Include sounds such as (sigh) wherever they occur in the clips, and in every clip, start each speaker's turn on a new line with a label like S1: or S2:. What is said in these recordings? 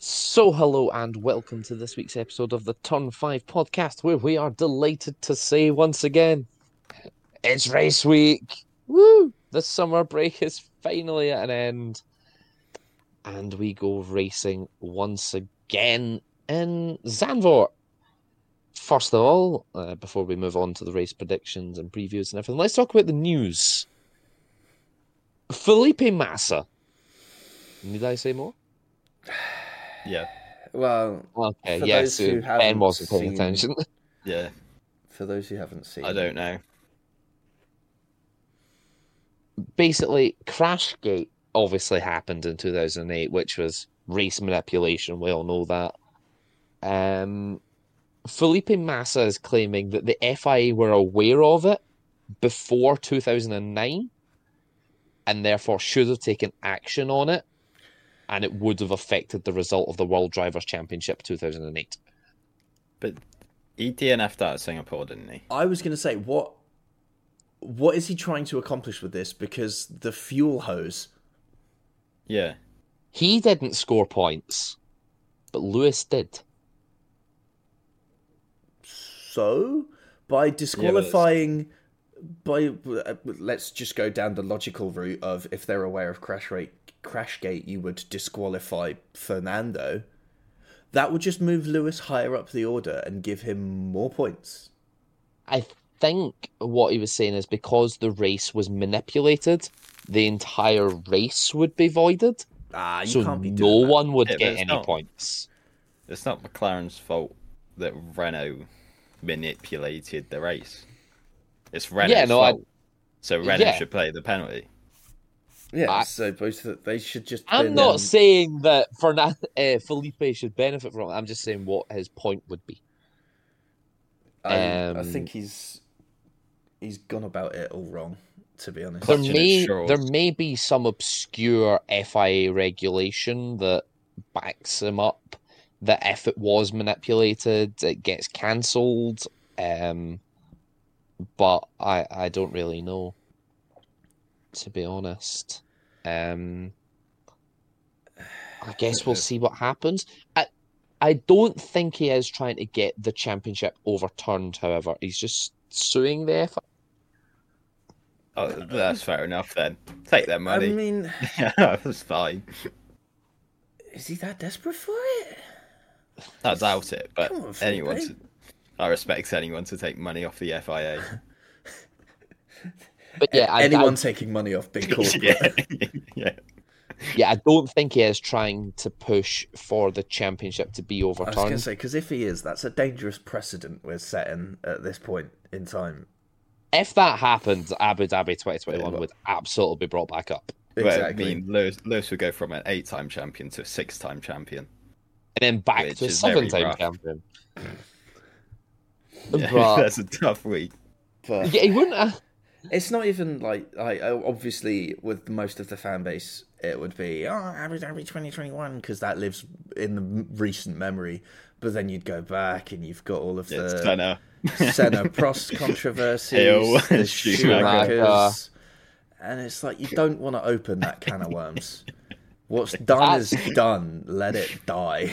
S1: So, hello and welcome to this week's episode of the Turn 5 podcast, where we are delighted to say once again, it's race week! Woo! The summer break is finally at an end. And we go racing once again in Zandvoort. First of all, uh, before we move on to the race predictions and previews and everything, let's talk about the news. Felipe Massa. Need I say more?
S2: Yeah,
S3: Well,
S1: Okay,
S3: For
S1: yes,
S3: those who
S1: Ben wasn't paying
S3: haven't seen-
S1: attention. (laughs)
S2: yeah.
S3: for those who haven't seen,
S2: I don't know.
S1: Basically, Crashgate obviously happened in 2008, which was race manipulation. We all know that. Um, Felipe Massa is claiming that the FIA were aware of it before 2009 and therefore should have taken action on it and it would have affected the result of the World Drivers' Championship 2008.
S2: But he DNF'd out of Singapore, didn't he?
S3: I was going to say what what is he trying to accomplish with this? Because the fuel hose.
S2: Yeah.
S1: He didn't score points, but Lewis did.
S3: So by disqualifying, by uh, let's just go down the logical route of if they're aware of crash rate, crash gate, you would disqualify Fernando. That would just move Lewis higher up the order and give him more points.
S1: I think what he was saying is because the race was manipulated, the entire race would be voided.
S3: Ah, you
S1: so
S3: can't be
S1: no
S3: doing that.
S1: one would
S2: Yeah, but
S1: get
S2: it's
S1: any
S2: not.
S1: points.
S2: It's not McLaren's fault that Renault manipulated the race. It's Renault's
S1: no, I-
S2: fault. So Renault
S1: Yeah.
S2: should play the penalty.
S3: Yeah,
S1: I-
S3: so both of- they should just.
S1: I'm
S3: then,
S1: not
S3: um,
S1: saying that Fernan- uh, Felipe should benefit from it. I'm just saying what his point would be.
S3: I, I
S1: Um,
S3: think he's he's gone about it all wrong, to be honest.
S1: There
S2: Clutching at
S1: may
S2: straws.
S1: there may be some obscure FIA regulation that backs him up. That if it was manipulated, it gets cancelled. Um, but I I don't really know. To be honest, um, I guess
S2: (sighs)
S1: we'll see what happens. I I don't think he is trying to get the championship overturned. However, he's just suing the FIA.
S2: Oh, that's fair enough then. Take their
S3: I
S2: money. (laughs)
S3: mean,
S2: yeah, that's fine.
S3: is he that desperate for it?
S2: I doubt it, but
S3: Come on, Phil,
S2: anyone.
S3: babe.
S2: To, I respect anyone to take money off the
S1: (laughs)
S2: (laughs) FIA.
S1: But yeah, I, I
S3: Anyone taking money
S2: (laughs)
S3: off big corporate?
S2: yeah. yeah.
S1: Yeah, I don't think he is trying to push for the championship to be
S3: I was going to
S1: overturned.
S3: say because if he is, that's a dangerous precedent we're setting at this point in time.
S1: If that happens, Abu Dhabi 2021 would absolutely be brought back up.
S2: Well, I
S3: Exactly.
S2: mean, Lewis, Lewis would go from an eight time champion to a six time champion.
S1: And then back
S2: Which
S1: to a
S2: is
S1: seven
S2: very
S1: time
S2: rough.
S1: champion.
S2: Yeah,
S1: But,
S2: (laughs) that's a tough week.
S3: but
S1: yeah, he wouldn't.
S2: (laughs)
S1: Have,
S3: it's not even like like uh, obviously with most of the fan base, it would be oh Abu Dhabi twenty twenty one because that lives in the m- recent memory. But then you'd go back and you've got all of
S2: It's
S3: the
S2: Senna.
S3: (laughs) Senna Prost controversies,
S1: oh,
S2: Hill,
S1: (laughs)
S3: the
S2: Schumacher.
S3: Schumachers, and it's like you don't want to open that can of
S1: (laughs)
S3: worms. What's done is done. Let it die.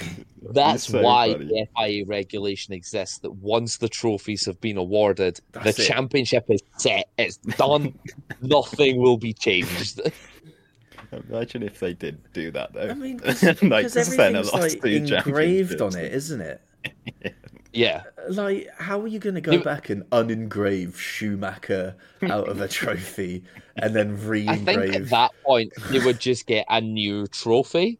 S1: that's
S2: so
S1: why
S2: funny.
S1: the FIA regulation exists that once the trophies have been awarded,
S3: That's
S1: the
S3: it.
S1: championship is set, it's
S2: (laughs)
S1: done, nothing will be changed.
S2: (laughs) Imagine if they did do that though.
S3: I mean,
S1: (laughs)
S2: (laughs) Like,
S3: because
S2: Senna
S3: everything's
S2: lost
S3: like
S2: two
S3: engraved on
S2: championships.
S3: it, isn't it?
S1: yeah.
S3: Like, how are you going to go
S1: You-
S3: back and unengrave Schumacher out of a trophy and then
S1: (laughs) I think at
S3: re-engrave?
S1: that point, you would just get a new trophy.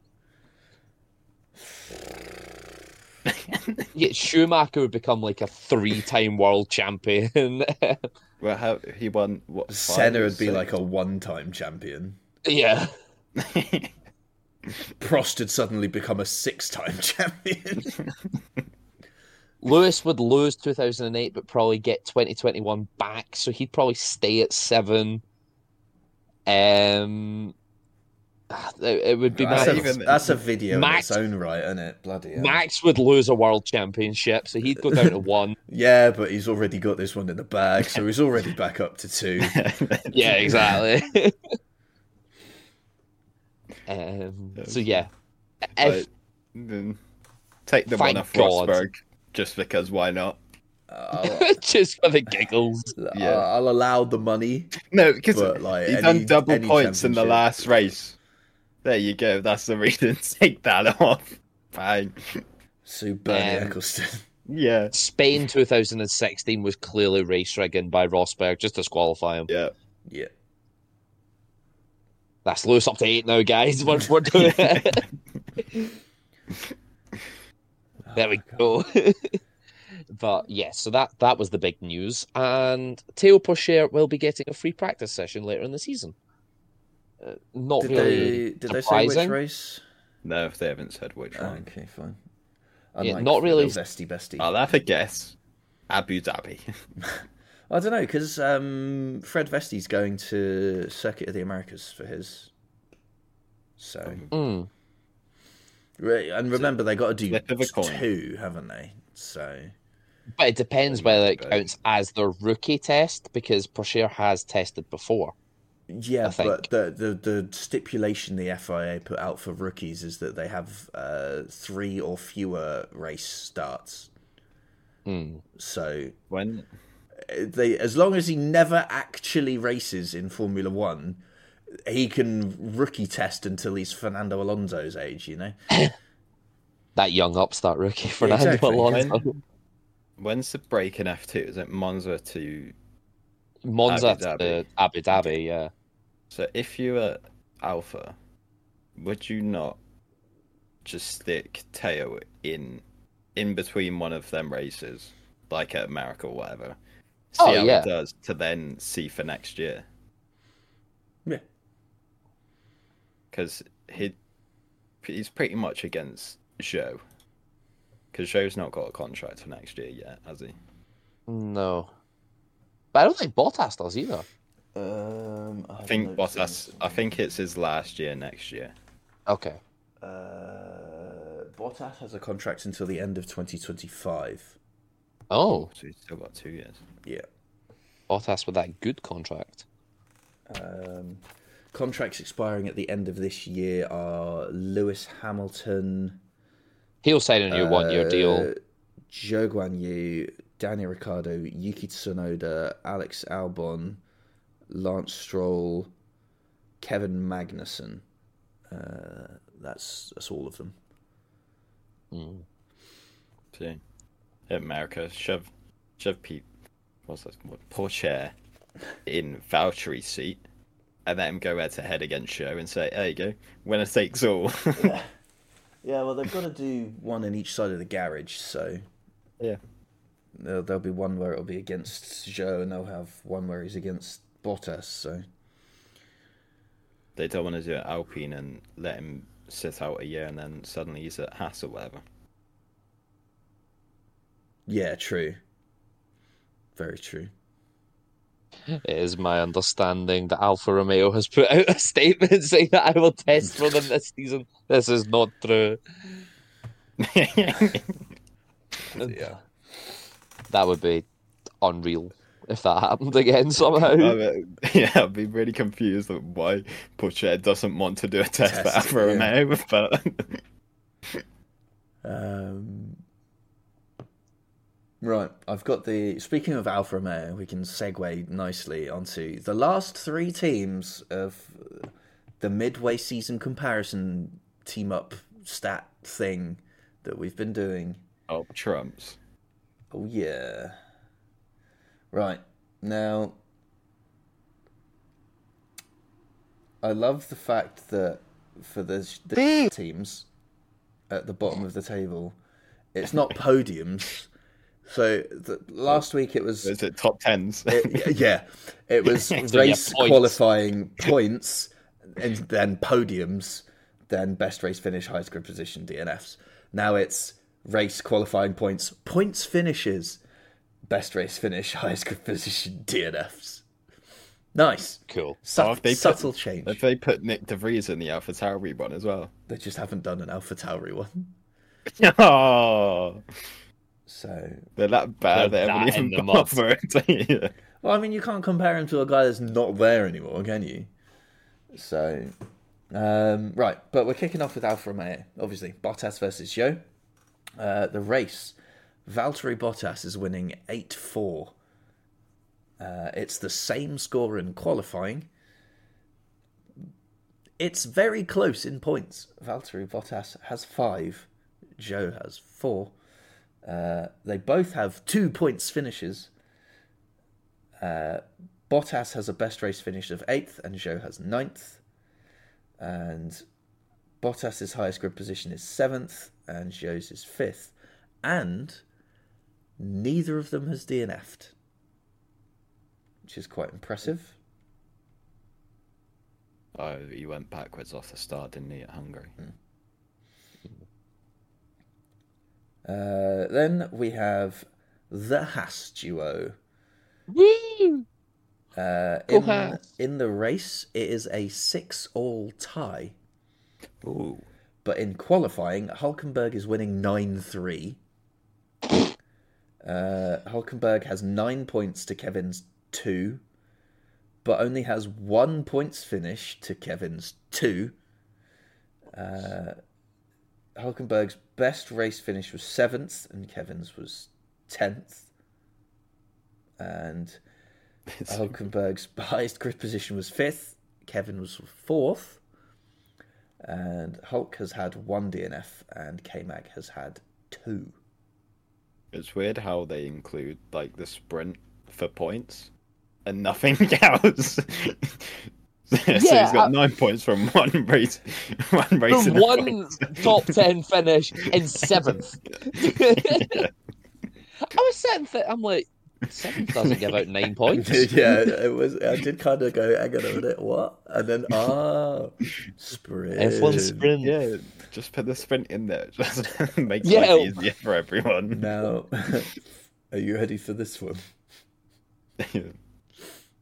S1: yeah, Schumacher would become like a three-time world champion. (laughs)
S2: Well, how he won what? five
S3: Senna
S2: or
S3: would be
S2: six? (laughs)
S3: like a one-time champion.
S1: yeah,
S3: Prost had suddenly become a six-time (laughs) champion.
S1: Lewis would lose 2008, but probably get 2021 back, so he'd probably stay at seven. Um, it, it would be
S3: That's,
S1: mad.
S3: a,
S2: even-
S3: that's a video
S1: Max-
S3: in its own right, isn't it? Bloody hell.
S1: Max would lose a world championship, so he'd go down to one.
S3: Yeah, but he's already got this one in the bag, so he's already back up to
S1: (laughs)
S3: two.
S1: Yeah, exactly. (laughs) um, so yeah, if
S2: But, mm, Take the
S1: Thank
S2: one off
S1: God.
S2: Rosberg, just because why not?
S3: I'll,
S1: (laughs) just for the giggles.
S2: Yeah.
S3: I'll allow the money,
S2: No, because
S3: but like
S2: he
S3: any-
S2: done double
S3: any
S2: points in the
S3: championship-
S2: last race. There you go. That's the reason. Take that (laughs) off. Fine.
S3: Sue Bernie
S1: Um,
S3: Eccleston. (laughs)
S2: Yeah.
S1: Spain 2016 was clearly race rigging by Rosberg just to disqualify him.
S2: Yeah.
S3: Yeah.
S1: That's loose up to eight now, guys. We're, we're doing it. there we go. (laughs) but yeah, so that that was the big news, and Theo Pourchaire will be getting a free practice session later in the season. Uh, not
S3: Did
S1: really.
S3: they did they say which
S1: surprising.
S3: race?
S2: No, if they haven't said which
S3: Oh,
S2: one.
S3: okay, fine.
S1: Yeah,
S3: Unlike
S1: not really-
S3: the Vesty Bestie.
S2: I'll have a guess. Abu Dhabi. (laughs)
S3: I don't know because um, Fred Vesty's going to Circuit of the Americas for his. So
S1: Mm,
S3: Re- and remember they got to do
S2: flip of a coin.
S3: two, haven't they? So
S1: but it depends whether it
S2: But-
S1: counts as their rookie test because Pourchaire has tested before. I
S3: yeah,
S1: think.
S3: but the, the the stipulation the FIA put out for rookies is that they have uh, three or fewer race starts.
S1: Mm.
S3: So uh,
S2: When?
S3: they as long as he never actually races in Formula One, he can rookie test until he's Fernando Alonso's age, you know.
S1: That young upstart rookie (laughs) Fernando
S3: exactly.
S1: Alonso.
S2: When's the break in F two? Is it Monza to?
S1: Monza
S2: Abu
S1: Abu
S2: Dhabi.
S1: Dhabi. to Abu Dhabi, yeah.
S2: So if you were Alpha, would you not just stick Teo in in between one of them races, like at America or whatever? See
S1: Oh,
S2: how
S1: yeah.
S2: it does to then see for next year.
S3: Yeah.
S2: because he he's pretty much against Joe. Because Joe's not got a contract for next year yet, has he?
S1: No. But I don't think Bottas does either.
S3: Um,
S2: I think Bottas. I think it's his last year next year.
S1: Okay.
S3: Uh, Bottas has a contract until the end of 2025.
S1: Oh,
S2: So he's still got two years.
S3: Yeah.
S1: Bottas with that good contract.
S3: Um, contracts expiring at the end of this year are Lewis Hamilton,
S1: He'll sign a new one year deal.
S3: Joe Guan Yu, Danny Ricardo, Yuki Tsunoda, Alex Albon, Lance Stroll, Kevin Magnussen. Uh, that's that's all of them.
S1: Mm.
S2: See, America shove shove Pete. What's that? What, poor chair in Valtteri's seat, and let him go head to head against Joe and say, "There you go, winner takes all." (laughs)
S3: Yeah, well, they've got to do (laughs) one in each side of the garage, so
S2: yeah.
S3: there'll, there'll be one where it'll be against Joe, and they'll have one where he's against Bottas. So
S2: They don't want to do it Alpine and let him sit out a year and then suddenly he's at Haas or whatever.
S3: yeah, true. Very true.
S1: It is my understanding that Alfa Romeo has put out a (laughs) statement saying that I will test for them this season. This is not true.
S3: Yeah.
S1: That would be unreal if that happened again
S2: I
S1: somehow.
S2: mean, uh, (laughs) yeah, I'd be really confused at why Pochette doesn't want to do a test for
S3: Test,
S2: Alfa
S3: yeah.
S2: Romeo, (laughs) but
S3: Um, right, I've got the. Speaking of Alfa Romeo, we can segue nicely onto the last three teams of the midway season comparison team up stat thing that we've been doing.
S2: oh, Trumps.
S3: Oh, yeah. Right, now. I love the fact that for the, sh- the teams at the bottom of the table, it's not podiums. So the, last week it was.
S2: Is it top tens?
S3: it- (laughs) yeah, it was
S2: (laughs)
S1: yeah,
S3: race
S1: points.
S3: qualifying points and then podiums, then best race finish, highest grid position, DNFs. Now it's race qualifying points, points finishes, best race finish, (laughs) highest grid position, DNFs. Nice.
S1: Cool.
S3: Sub-
S2: Oh, they put-
S3: subtle change.
S2: if they put Nick De Vries in the Alpha Tauri one as well.
S3: They just haven't done an Alpha Tauri one.
S1: (laughs)
S2: Oh,
S3: So
S2: they're that bad
S1: They're
S2: they haven't
S1: that in
S2: even
S1: the mud.
S2: bothered. (laughs) yeah.
S3: Well, I mean, you can't compare him to a guy that's not there anymore, can you? So, um, right, but we're kicking off with Alfa Romeo, obviously. Bottas versus Joe. Uh, the race. Valtteri Bottas is winning 8 4. Uh, it's the same score in qualifying. It's very close in points. Valtteri Bottas has 5, Joe has 4. Uh, they both have two points finishes. Uh, Bottas has a best race finish of 8th, and Joe has 9th. And Bottas's highest grid position is 7th, and Joe's is 5th. And neither of them has DNF'd, which is quite impressive.
S2: Oh, he went backwards off the start, didn't he, at Hungary?
S3: Uh, then we have the Haas duo.
S1: Woo!
S3: Uh,
S1: Go
S3: in,
S1: Haas.
S3: in the race, it is a six all tie,
S2: (laughs) Ooh.
S3: but in qualifying, Hulkenberg is winning 9 3. Uh, Hulkenberg has nine points to Kevin's two, but only has one points finish to Kevin's two. Uh, Hulkenberg's best race finish was seventh, and Kevin's was tenth. And
S2: Um,
S3: Hulkenberg's (laughs) highest grid position was fifth. Kevin was fourth. And Hulk has had one DNF, and K Mag has had two.
S2: It's weird how they include like the sprint for points and nothing (laughs) else. so he's
S1: Yeah, uh,
S2: got
S1: I-
S2: nine points from one race, (laughs) one race.
S1: The
S2: and a
S1: one
S2: point.
S1: top ten finish in seventh. I was sitting there, I'm like, seventh doesn't give out nine points.
S3: (laughs) yeah, it was. I did kind of go, hang on a minute, what? And then ah, sprint.
S1: F1 sprint.
S2: Yeah, just put the sprint in there. (laughs) It Just makes
S1: Yeah.
S2: life easier for everyone. (laughs)
S3: Now, (laughs) are you ready for this one,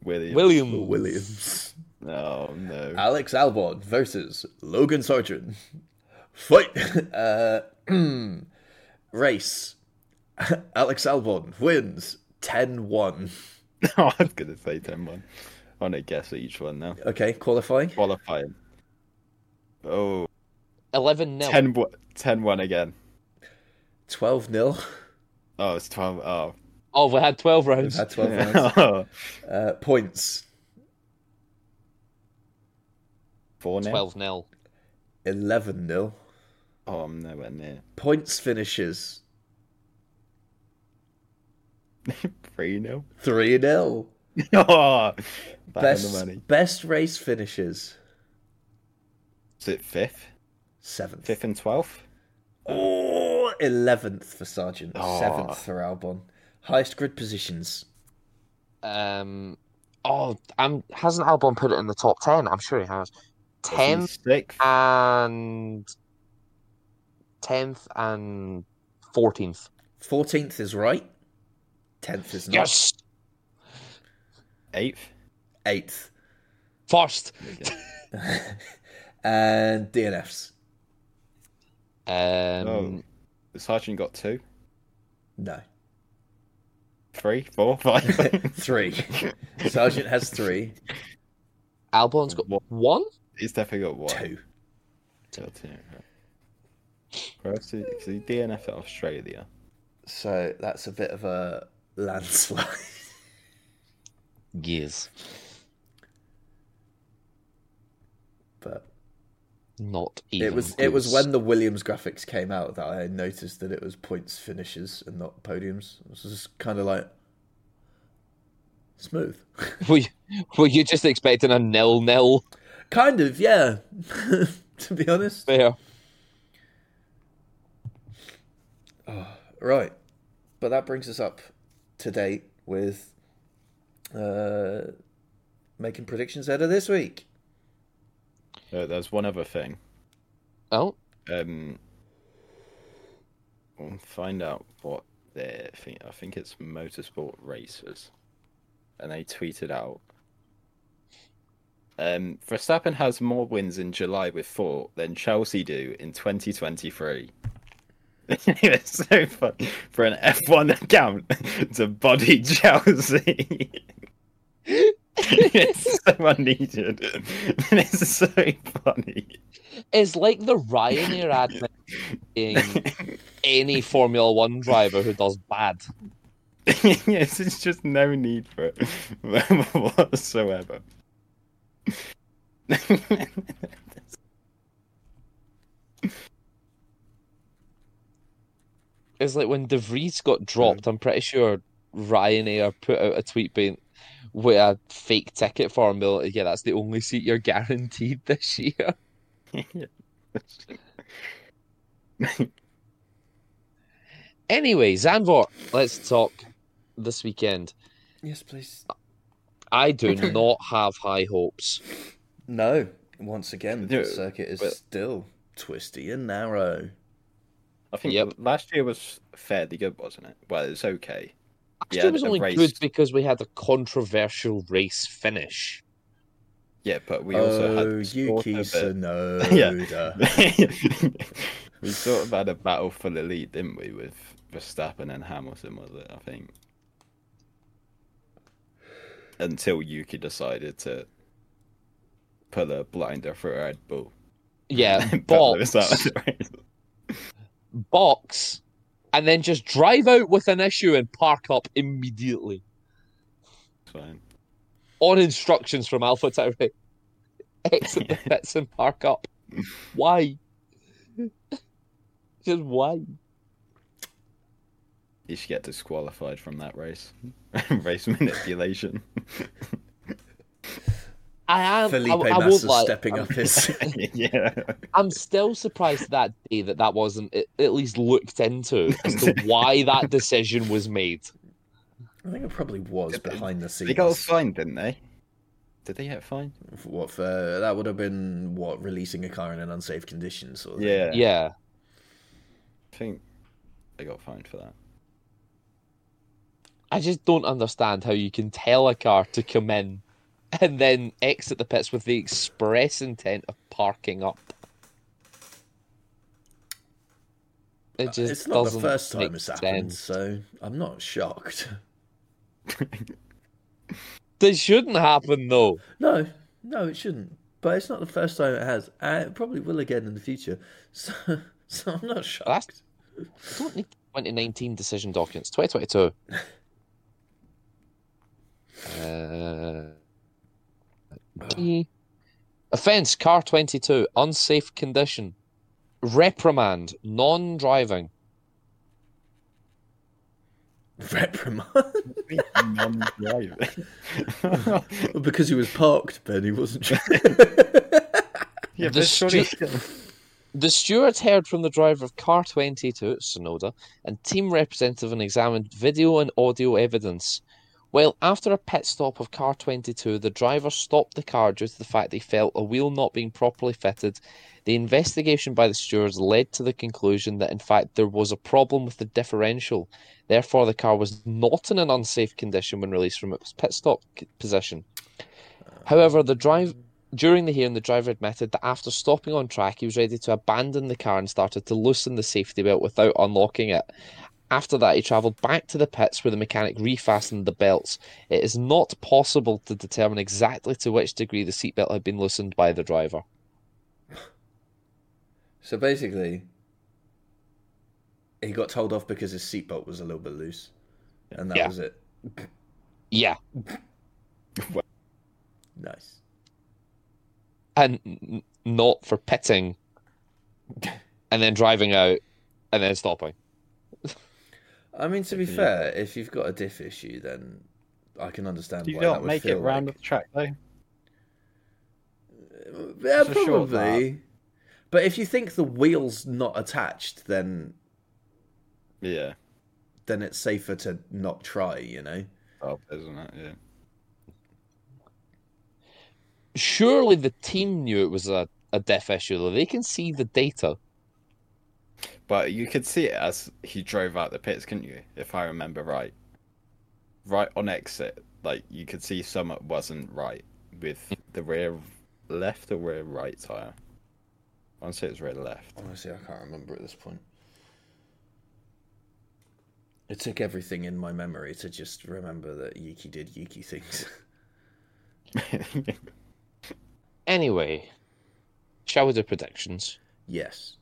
S2: William.
S1: William.
S3: Williams?
S2: Oh no.
S3: Alex Albon versus Logan Sargent. Fight. (laughs) Uh, (clears throat) race. (laughs) Alex Albon wins 10-1.
S2: (laughs) Oh, I was gonna say 10-1. I want to guess at each one now.
S3: Okay, qualifying.
S2: Qualifying. Oh,
S1: 11 nil.
S2: 10 wo- 10-1 again.
S3: 12 0.
S2: Oh, it's 12. Oh.
S1: Oh, we had 12
S3: We've
S1: rounds.
S2: (laughs)
S3: had 12 rounds. Uh, points
S2: 4 now?
S1: 12 nil.
S3: 11 0.
S2: Oh, I'm nowhere near. (laughs)
S3: Points finishes
S2: 3
S1: (laughs)
S2: (laughs) 0.
S3: 3 0.
S2: Oh, best. The money.
S3: Best, best race finishes
S2: Is it 5th?
S3: 7th.
S2: 5th and 12th?
S3: Oh, 11th for Sargent,
S2: Oh.
S3: 7th for Albon. Highest grid positions.
S1: Um, oh, um, hasn't Albon put it in the top 10? I'm sure he has. 10th
S2: 6th?
S1: and 10th and 14th.
S3: 14th is right. 10th is not.
S1: Yes!
S2: 8th?
S3: 8th.
S1: First.
S3: (laughs) And DNFs.
S1: Um,
S2: oh. Sergeant got 2,
S3: No.
S2: 3, (laughs) 4,
S1: (laughs)
S2: 5.
S3: 3. Sargent has 3.
S1: Albon's got
S2: What?
S1: one?
S2: He's definitely got 1.
S3: 2.
S2: Got two, right. Where else did so he DNF at Australia?
S3: So that's a bit of a landslide. (laughs)
S1: Yes.
S3: but
S1: Not even.
S3: it was it was
S1: close.
S3: when the Williams graphics came out that I noticed that it was points finishes and not podiums. It was just kind of like smooth. (laughs)
S1: (laughs) Were you, were you just expecting a nil nil
S3: kind of, yeah. (laughs) to be honest.
S1: there?
S3: Right. But that brings us up to date with uh making predictions out of this week.
S2: Uh, there's one other thing.
S1: Oh,
S2: Um, we'll find out what their thing. I think it's Motorsport Racers, and they tweeted out. Um, Verstappen has more wins in July with four than Chelsea do in (laughs) 2023. it's so fun for an F1 account (laughs) to body (laughs) Chelsea. (laughs) it's so unneeded. (laughs) it's so funny.
S3: (laughs)
S1: it's like the Ryanair admin saying, any Formula One driver who does bad.
S2: (laughs) yes, it's just no need for it (laughs) whatsoever.
S1: It's like when De Vries
S2: Hmm.
S1: got dropped, I'm pretty sure Ryanair put out a tweet being with a fake ticket form. they're like, Yeah, that's the only seat you're guaranteed (laughs) this year. Anyway, Zanvor, let's talk this weekend.
S3: Yes, please.
S1: I
S2: (laughs)
S1: do not have high hopes.
S3: No. Once again,
S2: No,
S3: the circuit is
S2: but-
S3: still twisty and narrow.
S2: I think
S1: Yep.
S2: last year was fairly good, wasn't it? Well, it's okay.
S1: Actually,
S2: Yeah,
S1: it was
S2: a
S1: only
S2: race.
S1: good because we had a controversial race finish.
S2: Yeah, but we also had
S3: oh,
S2: the sport (laughs)
S3: Yuki
S2: of
S3: (laughs)
S2: it.
S3: Tsunoda.
S2: we sort of had a battle for the lead, didn't we, with Verstappen and Hamilton? Was it? I think until Yuki decided to pull a blinder for a Red Bull. (laughs)
S1: Yeah,
S2: And put Lewis
S1: box,
S2: out of the race.
S1: box, and then just drive out with an issue and park up immediately
S2: It's fine.
S1: on instructions from Alpha Tauri. (laughs) Exit
S3: (laughs)
S1: the pits and park up. Why? Just why?
S2: He should get disqualified from that race. (laughs) race manipulation. (laughs)
S1: I am.
S3: Felipe
S1: I, I won't
S3: Massa's
S1: lie.
S3: stepping
S1: I'm,
S3: up
S1: (laughs)
S3: his. (laughs)
S2: yeah.
S1: I'm still surprised that day that that wasn't at at least looked into as
S3: (laughs)
S1: to why that decision was made.
S3: I think it probably was behind the scenes.
S2: They got fined, didn't they? Did they get fined?
S3: What for? That would have been what releasing a car in an unsafe condition. Sort of thing.
S2: Yeah.
S1: yeah.
S2: I think they got fined for (laughs) that.
S1: I just don't understand how you can tell a car to come in and then exit the pits with the express intent of parking up. It just
S3: Uh, it's not the
S1: doesn't
S3: first time
S1: make
S3: it's happened,
S1: sense.
S3: so I'm not shocked. (laughs)
S1: This shouldn't happen though.
S3: No, no, it shouldn't. But it's not the first time it has. And it probably will again in the future. (laughs) So, so I'm not shocked.
S1: That's- I don't need 2019 decision documents.
S3: (laughs)
S1: 2022. uh, okay. Offence, car 22, unsafe condition, reprimand, non driving.
S3: Reprimand
S2: Non-driver.
S3: (laughs) because he was parked, Ben. He (laughs) wasn't. Trying...
S2: (laughs) yeah,
S1: The
S2: but surely-
S1: The stewards heard from the driver of car 22, Sonoda, and team representative and examined video and audio evidence. Well, after a pit stop of car 22, the driver stopped the car due to the fact they felt a wheel not being properly fitted. The investigation by the stewards led to the conclusion that, in fact, there was a problem with the differential. Therefore, the car was not in an unsafe condition when released from its pit stop c- position. However, the drive during the hearing, the driver admitted that after stopping on track, he was ready to abandon the car and started to loosen the safety belt without unlocking it. After that, he travelled back to the pits where the mechanic refastened the belts. It is not possible to determine exactly to which degree the seatbelt had been loosened by the driver.
S3: so basically, he got told off because his seatbelt was a little bit loose, and that
S1: Yeah.
S3: was it.
S1: Yeah,
S3: Nice.
S1: and n- not for pitting, and then driving out, and then stopping.
S3: I mean, to be
S2: Yeah.
S3: fair, if you've got a diff issue, then I can understand
S2: you
S3: why that
S2: don't
S3: would
S2: make it
S3: feel
S2: round
S3: like-
S2: the track though.
S3: Yeah,
S2: It's a short
S3: probably. But if you think the wheel's not attached, then
S2: Yeah.
S3: then it's safer to not try. You know.
S2: Oh, isn't it? Yeah.
S1: Surely the team knew it was a, a diff issue, though. They can see the data.
S2: But you could see it as he drove out the pits, couldn't you? If I remember right. Right on exit, like you could see something wasn't right with the rear left or rear right tire. I want to say it's rear left. (laughs)
S3: Honestly, I can't remember at this point. It took everything in my memory to just remember that Yuki did Yuki (laughs) things.
S1: Anyway, shall we do predictions?
S3: yes.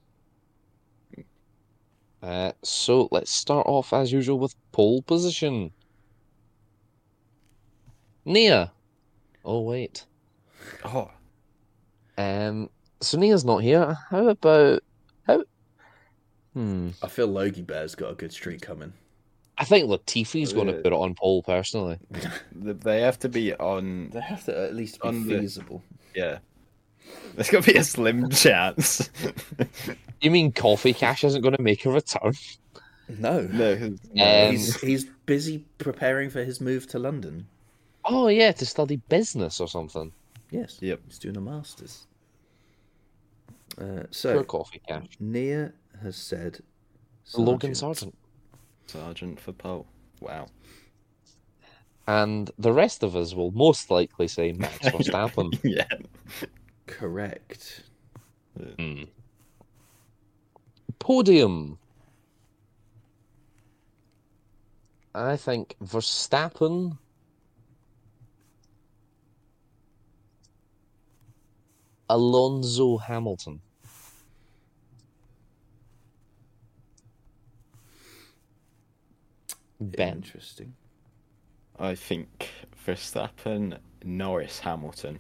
S1: Uh, so let's start off as usual with pole position. Nia. Oh wait.
S2: Oh,
S1: Um. So Nia's not here. How about how? Hmm.
S3: I feel Logie Bear's got a good streak coming.
S1: I think Latifi's going to
S2: Yeah.
S1: put it on pole personally.
S2: th- they have to be on.
S3: They have to at least
S2: be
S3: feasible.
S2: Yeah, there's got to be a slim (laughs) chance.
S1: You mean Coffee Cash isn't going to make a return?
S3: No.
S2: no, 'cause-
S1: Um,
S3: he's he's busy preparing for his move to London.
S1: Oh yeah, to study business or something.
S3: Yes.
S2: Yep.
S3: He's doing a masters. Uh,
S1: Pure
S3: so
S1: Coffee Cash.
S3: Nia has said
S1: Logan Sargent.
S2: sergeant for pole. Wow. (laughs)
S1: And the rest of us will most likely say Max Verstappen.
S2: Yeah.
S3: Correct.
S1: Hmm. Podium. I think Verstappen. Alonso Hamilton. Ben.
S3: Interesting.
S2: I think Verstappen, Norris, Hamilton.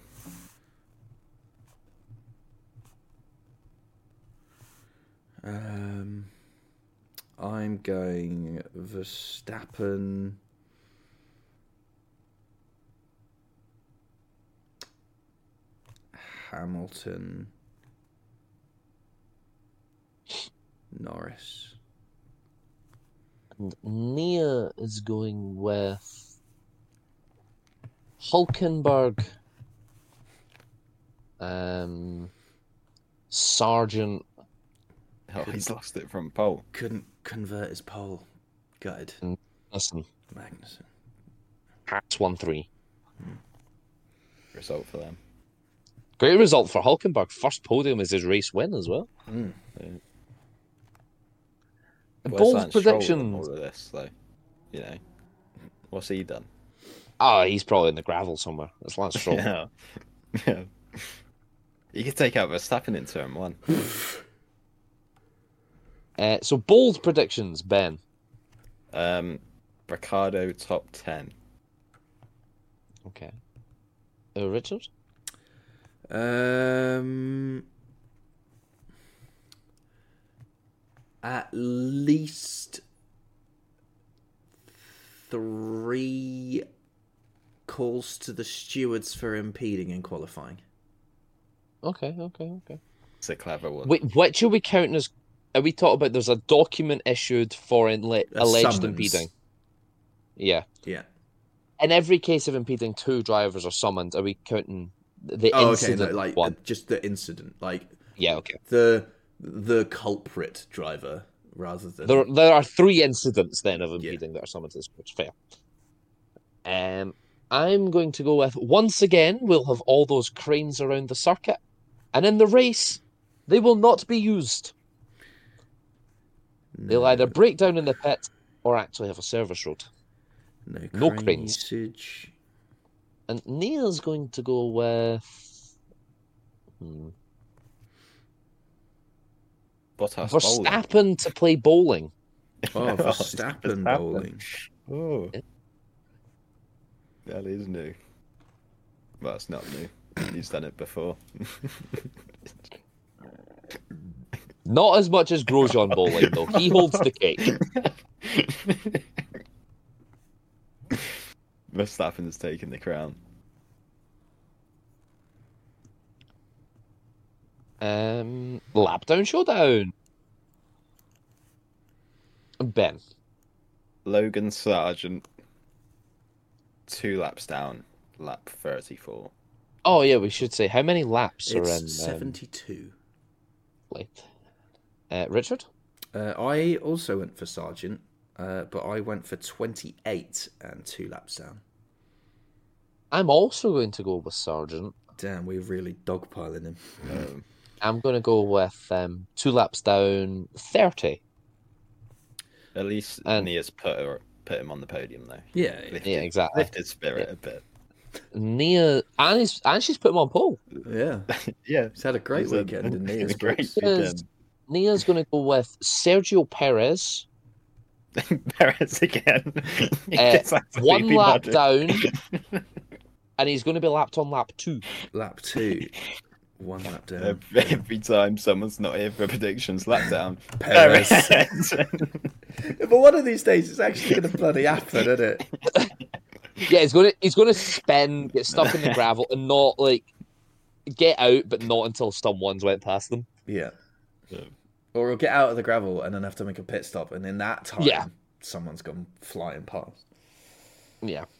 S3: Um, I'm going Verstappen. Hamilton. Norris.
S1: And Nia is going with Hulkenberg, um, Sergeant.
S2: Oh, he's lost it from pole.
S3: Couldn't convert his pole. Gutted.
S1: Listen,
S3: Magnussen.
S1: that's one three.
S2: Result for them.
S1: Great result for Hulkenberg. First podium is his race win as well.
S3: Hmm.
S2: Where's
S1: Bold
S2: Lance Stroll in
S1: predictions.
S2: All of this, though, you know, what's
S1: (laughs)
S2: he done?
S1: Ah, he's probably in the gravel somewhere. That's Lance
S3: (laughs)
S1: Stroll.
S2: Yeah. yeah. You could take out Verstappen in turn one.
S1: Uh, so bold predictions, Ben.
S2: Um, Ricardo top ten.
S1: Okay. Uh, Richard.
S3: Um, at least three calls to the stewards for impeding in qualifying.
S1: Okay, okay, okay.
S2: It's a clever one.
S1: Wait, what should we count as? Are we talking about? There's a document issued for inle-
S3: A
S1: alleged
S3: Uh, summons.
S1: impeding. Yeah.
S3: Yeah.
S1: in every case of impeding, two drivers are summoned. Are we counting the
S3: Oh, okay.
S1: incident
S3: no, like
S1: one?
S3: just the incident, like
S1: Yeah, okay.
S3: the the culprit driver rather than
S1: There, there are three incidents then of impeding that are summoned to this, which fair. Um, I'm going to go with once again we'll have all those cranes around the circuit, and in the race, they will not be used. They'll
S3: no,
S1: either break down in the pit or actually have a service road.
S3: no,
S1: no
S3: crane
S1: cranes. (laughs)
S3: usage.
S1: And Neil's going to go with. Hmm.
S2: Bottas bowling.
S1: Verstappen to play bowling.
S3: Oh, Verstappen bowling.
S2: Oh. That is new. Well, it's not new. He's done it before. (laughs)
S1: Not as much as Grosjean bowling, though. He holds the cake.
S2: Verstappen's taken the crown.
S1: Um, lap down showdown. Ben,
S2: Logan Sargent, two laps down, lap 34.
S1: oh yeah, we should say how many laps are in?
S3: It's
S1: Um,
S3: seventy-two.
S1: late? uh, Richard,
S3: Uh, I also went for Sargent, uh, but I went for 28 and two laps down.
S1: I'm also going to go with Sergeant.
S3: Damn, we're really dogpiling him.
S2: Um,
S1: I'm going to go with um, two laps down, thirty.
S2: at least
S1: And-
S2: Nia's put, her, put him on the podium, though. (laughs)
S3: Yeah,
S2: Lifted,
S1: Yeah, exactly.
S2: lifted spirit a bit.
S1: Nia and he's, and she's put him on pole.
S3: yeah.
S2: Yeah.
S3: He's had a great
S2: He's a- (laughs)
S3: weekend in the
S2: he's a great
S1: Yes.
S2: weekend. (laughs)
S1: Nia's going to go with Sergio Perez,
S2: Perez again. (laughs) He
S1: Uh,
S2: gets like
S1: one
S2: sleepy
S1: lap
S2: nodded.
S1: down, and he's going to be lapped on lap two.
S3: Lap two. One lap down.
S2: Every, every time someone's not here for predictions, lap down.
S3: Perez.
S2: Perez.
S3: (laughs)
S2: (laughs)
S3: but one of these days, it's actually going to bloody happen, isn't it?
S1: Yeah, he's going to he's going to spin, get stuck in the gravel, and not like get out, but not until someone's went past them.
S3: Yeah.
S2: Yeah.
S3: Or we'll get out of the gravel and then have to make a pit stop, and in that time,
S1: Yeah.
S3: someone's gone flying past.
S1: Yeah.
S2: (laughs)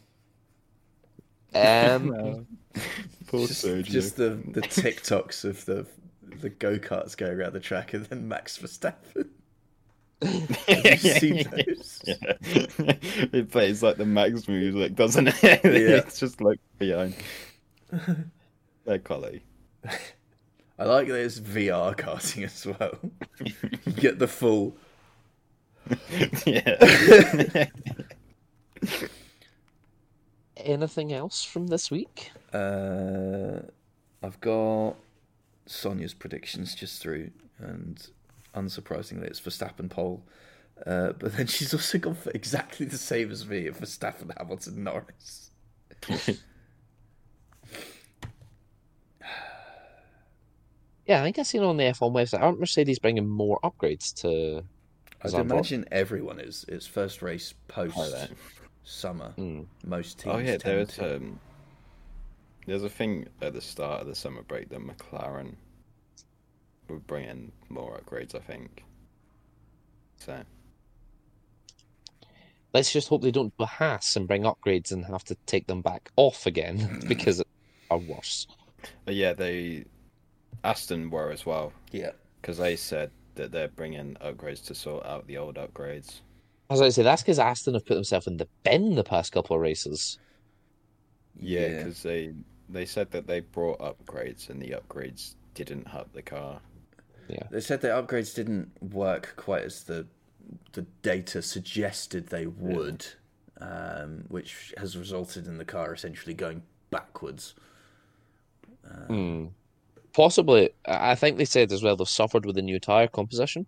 S1: Um.
S2: Poor
S3: just,
S2: Sergio. (laughs)
S3: just the (laughs) the TikToks of the the go karts going around the track, and then Max Verstappen.
S2: (laughs)
S3: Have you seen those?
S2: Yeah. (laughs) it plays like the Max music, doesn't it? (laughs) it's just like
S3: (laughs)
S2: behind. Their quality. (laughs)
S3: I like that it's VR karting as well. you get the full. (laughs)
S2: yeah.
S1: Anything else from this week?
S3: Uh, I've got Sonia's predictions just through, and unsurprisingly, it's Verstappen pole. Uh, but then she's also gone for exactly the same as me for Verstappen, Hamilton, Norris.
S1: Yeah, I think I've seen on the F1 website. Aren't Mercedes bringing more upgrades to?
S3: I'd
S1: Zandvoort.
S3: imagine everyone is. It's first race
S2: Oh,
S3: post
S2: there.
S3: summer.
S1: Mm.
S3: Most teams.
S2: oh yeah, there
S3: tend
S2: was
S3: to.
S2: um, there's a thing at the start of the summer break that McLaren would bring in more upgrades, I think. So
S1: Let's just hope they don't do a Haas and bring upgrades and have to take them back off again (laughs) because it are worse.
S2: but yeah, they Aston were as well
S3: Yeah.
S2: because they said that they're bringing upgrades to sort out the old upgrades.
S1: As I say, that's because Aston have put themselves in the bin the past couple of races.
S2: Yeah,
S3: Yeah.
S2: because they they said that they brought upgrades and the upgrades didn't hurt the
S1: Mm.
S2: car.
S3: They said the upgrades didn't work quite as the the data suggested they would, um, which has resulted in the car essentially going backwards.
S1: Hmm. Possibly, I I think they said as well they've suffered with the new tyre composition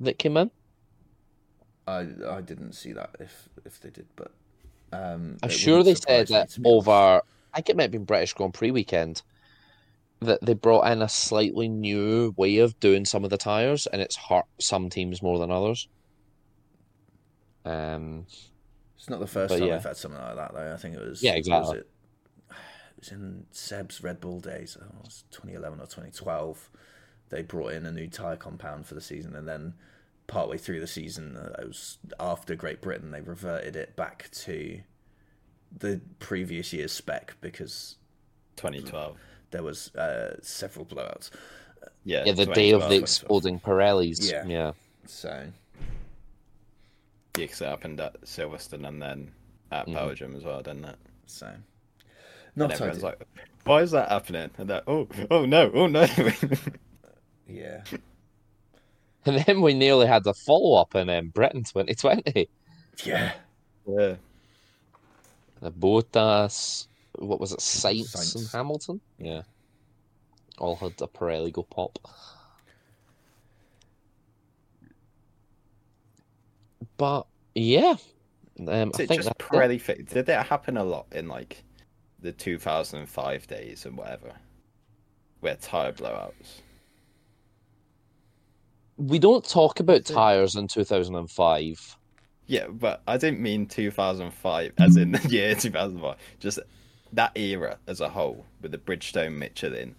S1: that came in.
S3: I I didn't see that if if they did, but um,
S1: I'm
S3: it
S1: sure
S3: wouldn't
S1: they said
S3: surprise me,
S1: that
S3: to be honest.
S1: over. I think it might have been British Grand Prix weekend that they brought in a slightly new way of doing some of the tires, and it's hurt some teams more than others. Um,
S3: It's not the first
S1: but
S3: time
S1: yeah.
S3: I've had something like that though. I think it was
S1: Yeah,
S3: was
S1: exactly.
S3: it, it was in Seb's Red Bull days. I don't know, it was 2011 or 2012. They brought in a new tire compound for the season, and then partway through the season, uh, it was after Great Britain, they reverted it back to the previous year's spec because
S2: 2012.
S3: there was uh, several blowouts.
S2: Yeah,
S1: yeah, the day of the
S2: 2012.
S1: exploding Pirellis.
S3: Yeah.
S1: yeah. (laughs)
S3: So
S2: Yeah, 'cause it happened at Silverstone and then at
S1: Mm.
S2: Belgium as well, didn't it?
S3: so
S2: And
S3: not ideal.
S2: everyone's like, why is that happening? And that, oh, oh no, oh no. (laughs)
S3: yeah.
S1: And then we nearly had the follow up in um, Britain 2020.
S2: (laughs)
S3: Yeah,
S2: yeah.
S1: The Bottas, what was it, Saints, and
S3: Sainz.
S1: Hamilton? Yeah. All had a Pirelli go pop. But yeah, um,
S2: Is
S1: I
S2: it
S1: think
S2: just
S1: that's it.
S2: Pirelli fit? Did that happen a lot in like the 2005 days and whatever? Where tyre blowouts.
S1: we don't talk about tires in 2005.
S2: Yeah, but I didn't mean 2005 as in the (laughs) year 2005. Just that era as a whole with the Bridgestone Michelin.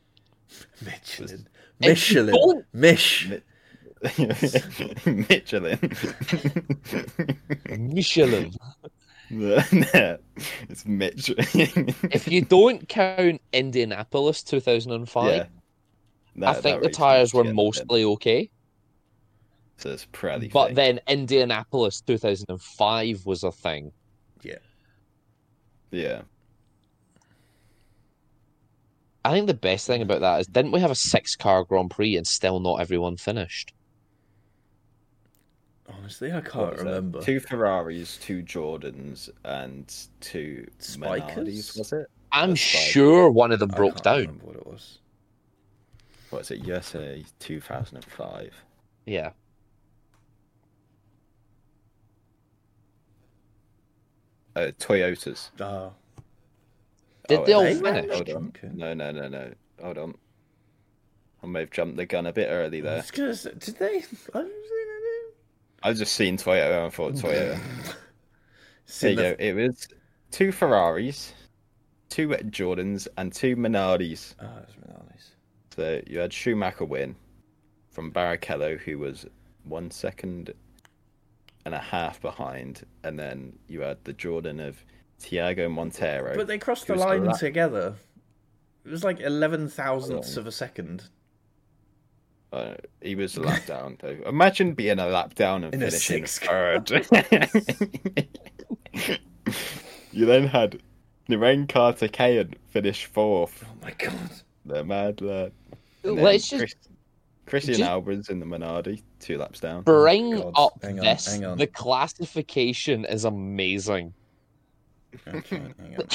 S2: (laughs)
S3: Michelin,
S1: If you
S3: Michelin,
S1: don't-
S3: Mish.
S2: Michelin. (laughs)
S1: Michelin.
S2: yeah, (laughs) it's Michelin.
S1: if
S2: (laughs)
S1: you don't count Indianapolis 2005,
S2: Yeah.
S1: I
S2: That- that
S1: think the
S2: really
S1: tires
S2: sneaks
S1: were
S2: in.
S1: mostly okay.
S2: So it's Pirelli.
S1: But
S2: thing.
S1: then Indianapolis 2005 was a thing.
S3: Yeah,
S2: yeah,
S1: I think the best thing about that is didn't we have a six car Grand Prix and still not everyone finished?
S3: honestly, I
S2: What
S3: can't
S2: was that?
S3: remember.
S2: two Ferraris, two Jordans, and two
S3: Spikers?
S2: Menardis, Was it?
S1: I'm
S2: That's right.
S1: sure one of them
S3: I
S1: broke
S3: can't
S1: down.
S3: Remember what it was.
S2: What is it? USA 2005.
S1: Yeah.
S2: Uh, Toyotas.
S3: Oh.
S1: Did
S2: Oh,
S1: they all
S2: hey,
S1: finish?
S2: Hold on.
S3: Okay.
S2: No, no, no, no. Hold on. I may have jumped the gun a bit early
S3: I
S2: there.
S3: was gonna say, did they? I don't really know.
S2: I've just seen Toyota and thought Toyota. Oh, There
S3: Seen
S2: you go. It was two Ferraris, two Jordans, and two Minardis.
S3: the- Oh, it's Minardi's.
S2: So you had Schumacher win from Barrichello, who was one second and a half behind, and then you had the Jordan of Tiago Montero.
S3: But they crossed the
S2: Who's the
S3: line
S2: la-
S3: together. It was like eleven thousandths of a second
S2: Uh, he was a
S3: (laughs)
S2: lap down though. Imagine being a lap down and
S3: In a
S2: finishing
S3: sixth.
S2: third. (laughs) you then had Naren Carter Kayan finish fourth.
S3: Oh my god!
S2: The mad lad. And then
S1: Let's just
S2: Chris- Christian
S1: just-
S2: Albers in the Minardi, two laps down.
S1: bring
S3: Oh, God.
S1: up
S3: Hang on,
S1: this.
S3: hang on.
S1: The classification is amazing.
S3: Okay, hang on.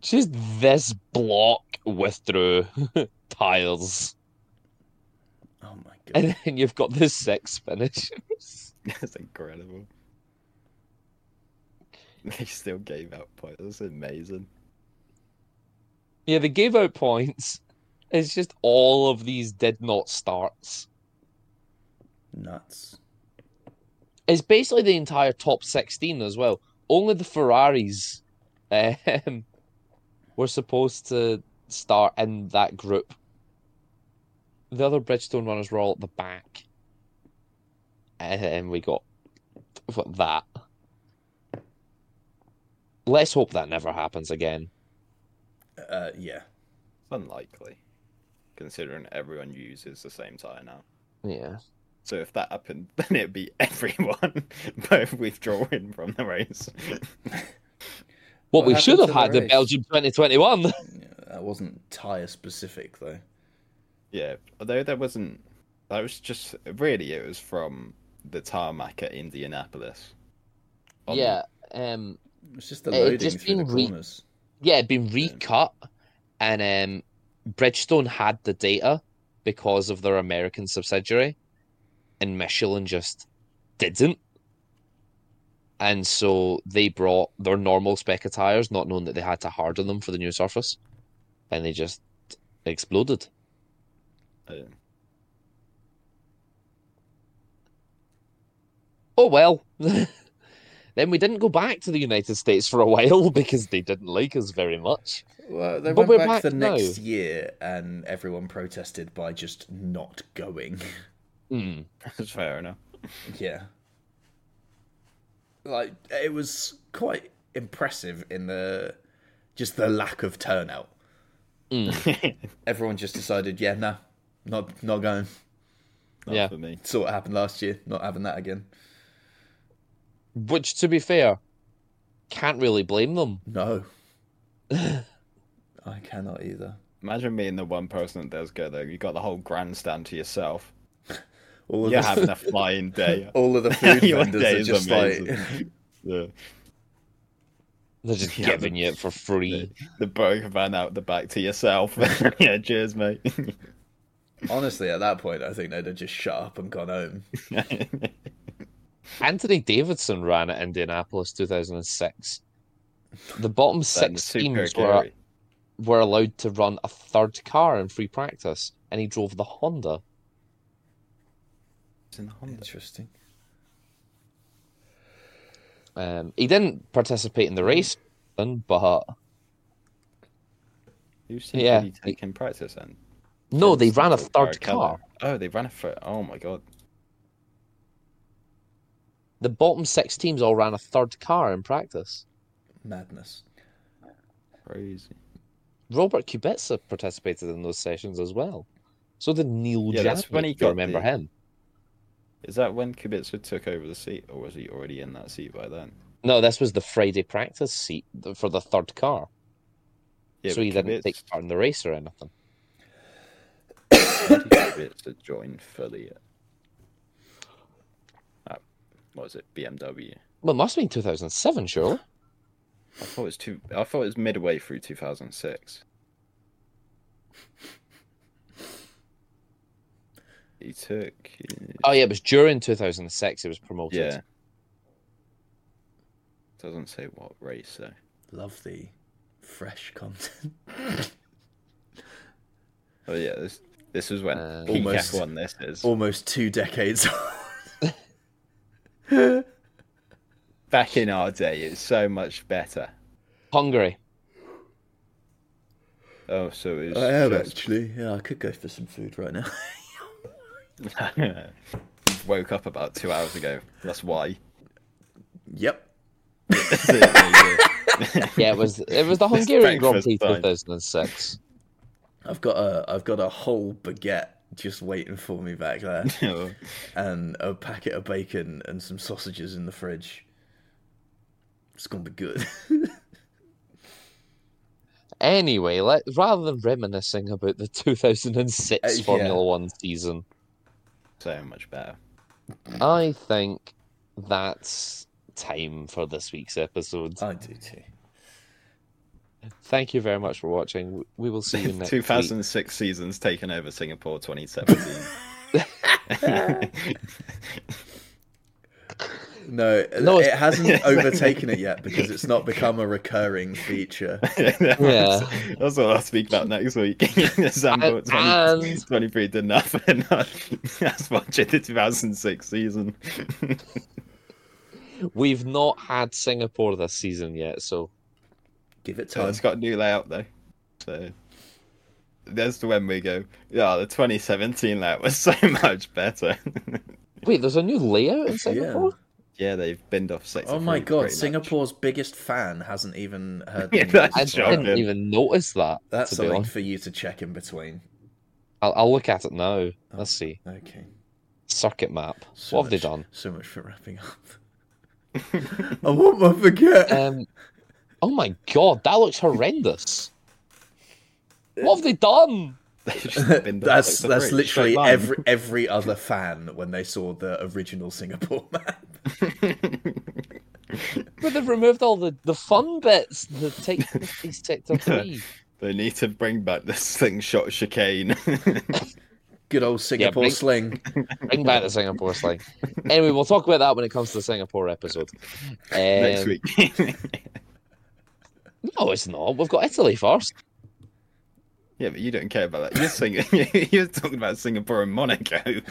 S1: Just this block withdrew (laughs) tires,
S3: Oh my god!
S1: and then you've got the six finishers.
S2: (laughs)
S1: (laughs)
S2: That's incredible. They still gave out points. That's amazing.
S1: Yeah, they gave out points. It's just all of these did not starts.
S3: Nuts.
S1: It's basically the entire top 16 as well. Only the Ferraris um, were supposed to start in that group. The other Bridgestone runners were all at the back. And we got what, that. Let's hope that never happens again.
S3: Uh, yeah.
S2: It's unlikely, considering everyone uses the same tire now.
S1: Yeah.
S2: So if that happened, (laughs) then it'd be everyone both withdrawing from the race. (laughs)
S1: What,
S3: What
S1: we
S3: happened
S1: should have
S3: to the
S1: had the
S3: race?
S1: Belgium 2021.
S3: yeah. That wasn't tire specific though.
S2: yeah, although there wasn't. That was just really it was from the tarmac at Indianapolis. On
S1: (laughs)
S2: the-
S1: yeah. Um,
S3: It's just the
S1: It had
S3: loading
S1: just
S3: through the
S1: been re-
S3: corners.
S1: yeah, it'd been recut, and um, Bridgestone had the data because of their American subsidiary, and Michelin just didn't. And so they brought their normal spec of tires, not knowing that they had to harden them for the new surface, and they just exploded.
S2: uh,
S1: Oh well. (laughs) then we didn't go back to the United States for a (laughs) while because they didn't like us very much.
S3: Well, they
S1: But
S3: went
S1: we're
S3: back,
S1: back
S3: the
S1: now.
S3: next year, and everyone protested by just not going.
S1: Mm.
S2: (laughs) that's fair enough.
S3: yeah. Like it was quite impressive in the just the lack of turnout.
S2: Mm.
S3: (laughs) Everyone just decided, yeah, no, not not going.
S2: Not
S1: Yeah.
S2: for me.
S3: Saw what happened last year. Not having that again.
S1: Which, to be fair, can't really blame them.
S2: (laughs)
S3: No. I cannot either.
S2: Imagine being the one person that does go there. You got the whole grandstand to yourself.
S3: All of
S2: You're
S3: the, (laughs)
S2: having a flying day. (laughs)
S3: all of the food
S2: Your
S3: vendors
S2: day
S3: are
S2: is
S3: just like
S2: amazing. yeah.
S1: They're just
S2: Yeah,
S1: giving
S2: but-
S1: you it for free.
S2: The broker van out the back to yourself. (laughs) yeah, cheers, mate.
S3: (laughs)
S2: (laughs)
S3: honestly at that point I think they'd have just shut up and gone home.
S1: Anthony Davidson ran at Indianapolis 2006. The bottom six teams were, were allowed to run a third car in free practice, and he drove the Honda.
S3: Interesting.
S1: Um, he didn't participate in the race, then, but
S2: Who's
S1: Yeah.
S2: yeah. taking practice then?
S1: no, they
S2: Since
S1: ran a
S2: Phil
S1: third
S2: Barrichello.
S1: car.
S2: Oh, they ran a third. Oh my god.
S1: The bottom six teams all ran a third car in practice.
S3: Madness.
S2: Crazy.
S1: Robert Kubica participated in those sessions as well. So did Neil
S2: Yeah, that's
S1: Jackman,
S2: when he
S1: if you
S2: got
S1: remember
S2: the-
S1: him.
S2: Is that when Kubica took over the seat, or was he already in that seat by then?
S1: No, this was the Friday practice seat th- for the third car.
S2: Yeah,
S1: so
S2: but
S1: he didn't
S2: Kubica-
S1: take part in the race or anything.
S2: Bloody Kubica joined fully. At, what was it? BMW.
S1: Well, it must have been 2007, surely.
S2: I thought it was two. I thought it was midway through 2006. (laughs) He took.
S1: Oh yeah, it was during 2006 it was promoted.
S2: Yeah. Doesn't say what race though.
S3: Love the fresh content. (laughs)
S2: Oh yeah, this this was when
S1: Uh,
S2: peak
S3: Almost.
S2: F1. This is
S3: Almost two decades. (laughs)
S2: back in our day. It's so much better.
S1: Hungary.
S2: Oh, so it's
S3: I am actually. Yeah, I could go for some food right now. (laughs)
S2: (laughs) woke up about two hours ago. That's
S3: (laughs)
S2: why. (laughs)
S3: yep.
S1: Yeah, it was it
S2: (laughs)
S1: was the Hungarian Grand
S2: Breakfast
S1: Prix
S2: time.
S1: 2006.
S3: I've got a I've got a whole baguette just waiting for me back (laughs) there,
S2: Oh,
S3: and a packet of bacon and some sausages in the fridge. It's gonna be good. (laughs)
S1: Anyway, let rather than reminiscing about the 2006
S3: Uh, yeah.
S1: Formula 1 season,
S2: so much better.
S1: I think that's time for this week's episode.
S3: I do too.
S1: Thank you very much for watching. We will
S2: (laughs)
S1: see you next week.
S2: 2006 season's taken over Singapore (laughs) 2017.
S3: No,
S1: No,
S3: it
S1: it's-
S3: (laughs) hasn't overtaken it yet because it's (laughs) not become a recurring feature.
S1: (laughs) Yeah.
S2: That's what I'll speak about next week. (laughs) Zambo
S1: And-
S2: 20,
S1: and-
S2: 23 did nothing. (laughs) That's watching the 2006 season.
S1: We've not had Singapore this season yet, so
S3: Give it
S2: So
S3: time.
S2: Oh, it's got a new layout though. So there's the when we go. Yeah, the 2017 layout was (laughs) so much better. (laughs)
S1: wait, there's a new layout in Singapore.
S2: yeah, they've binned off six.
S3: Oh
S2: of
S3: my
S2: three,
S3: god,
S2: pretty much.
S3: Singapore's biggest fan hasn't even (laughs) heard.
S2: Yeah,
S3: the
S2: that's
S1: I
S3: news.
S2: Joking.
S1: didn't even notice that.
S3: That's
S1: to be
S3: something
S1: honest,
S3: for you to check in between.
S1: I'll, I'll look at it now. Let's see
S3: Okay.
S1: circuit map.
S3: Oh. So
S1: what have
S3: much-
S1: they done?
S3: So much for wrapping up. (laughs) I want my baguette.
S1: Um, oh my god, that looks horrendous. What have they done?
S2: They've
S3: (laughs)
S2: just binned off
S3: That's
S2: six of
S3: that's
S2: three,
S3: literally
S2: straight line.
S3: every every other fan when they saw the original Singapore (laughs) map.
S1: But they've removed all the, the fun bits. The take these
S3: (laughs)
S1: sector three.
S2: They need to bring back this thing shot chicane. (laughs)
S3: Good old Singapore
S1: mate.
S3: sling.
S1: Bring back the Singapore slang. Anyway, we'll talk about that when it comes to the Singapore episode.
S2: next
S1: Um,
S2: week. (laughs)
S1: No, it's not. We've got Italy first.
S2: yeah, but you don't care about that. You're, singing, (laughs) you're talking about Singapore and Monaco. (laughs)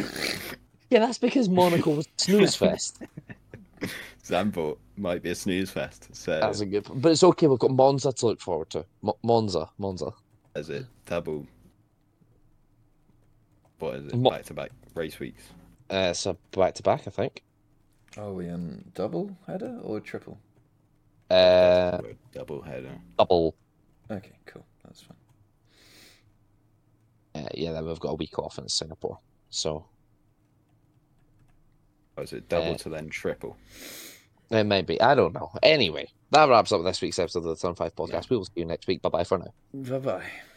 S1: Yeah, that's because Monaco
S3: (laughs)
S1: was snooze fest.
S2: Zambor might be a snooze fest. So
S1: That's a good. But it's okay. We've got Monza to look forward to. Mo- Monza, Monza.
S2: Is it double? What is it?
S1: Mo-
S2: Back to back race weeks.
S1: Uh, it's a back to back, I think.
S3: Are we on double header or triple?
S1: Uh,
S2: double header.
S1: double.
S3: Okay, cool. That's fine.
S1: Uh, yeah, then we've got a week off in Singapore. So
S2: Or Oh, is it double
S1: Uh,
S2: to then triple?
S1: it may be. I don't know. Anyway, that wraps up this week's episode of the Turn 5 podcast. We will see you next week. Bye bye for now.
S3: Bye bye.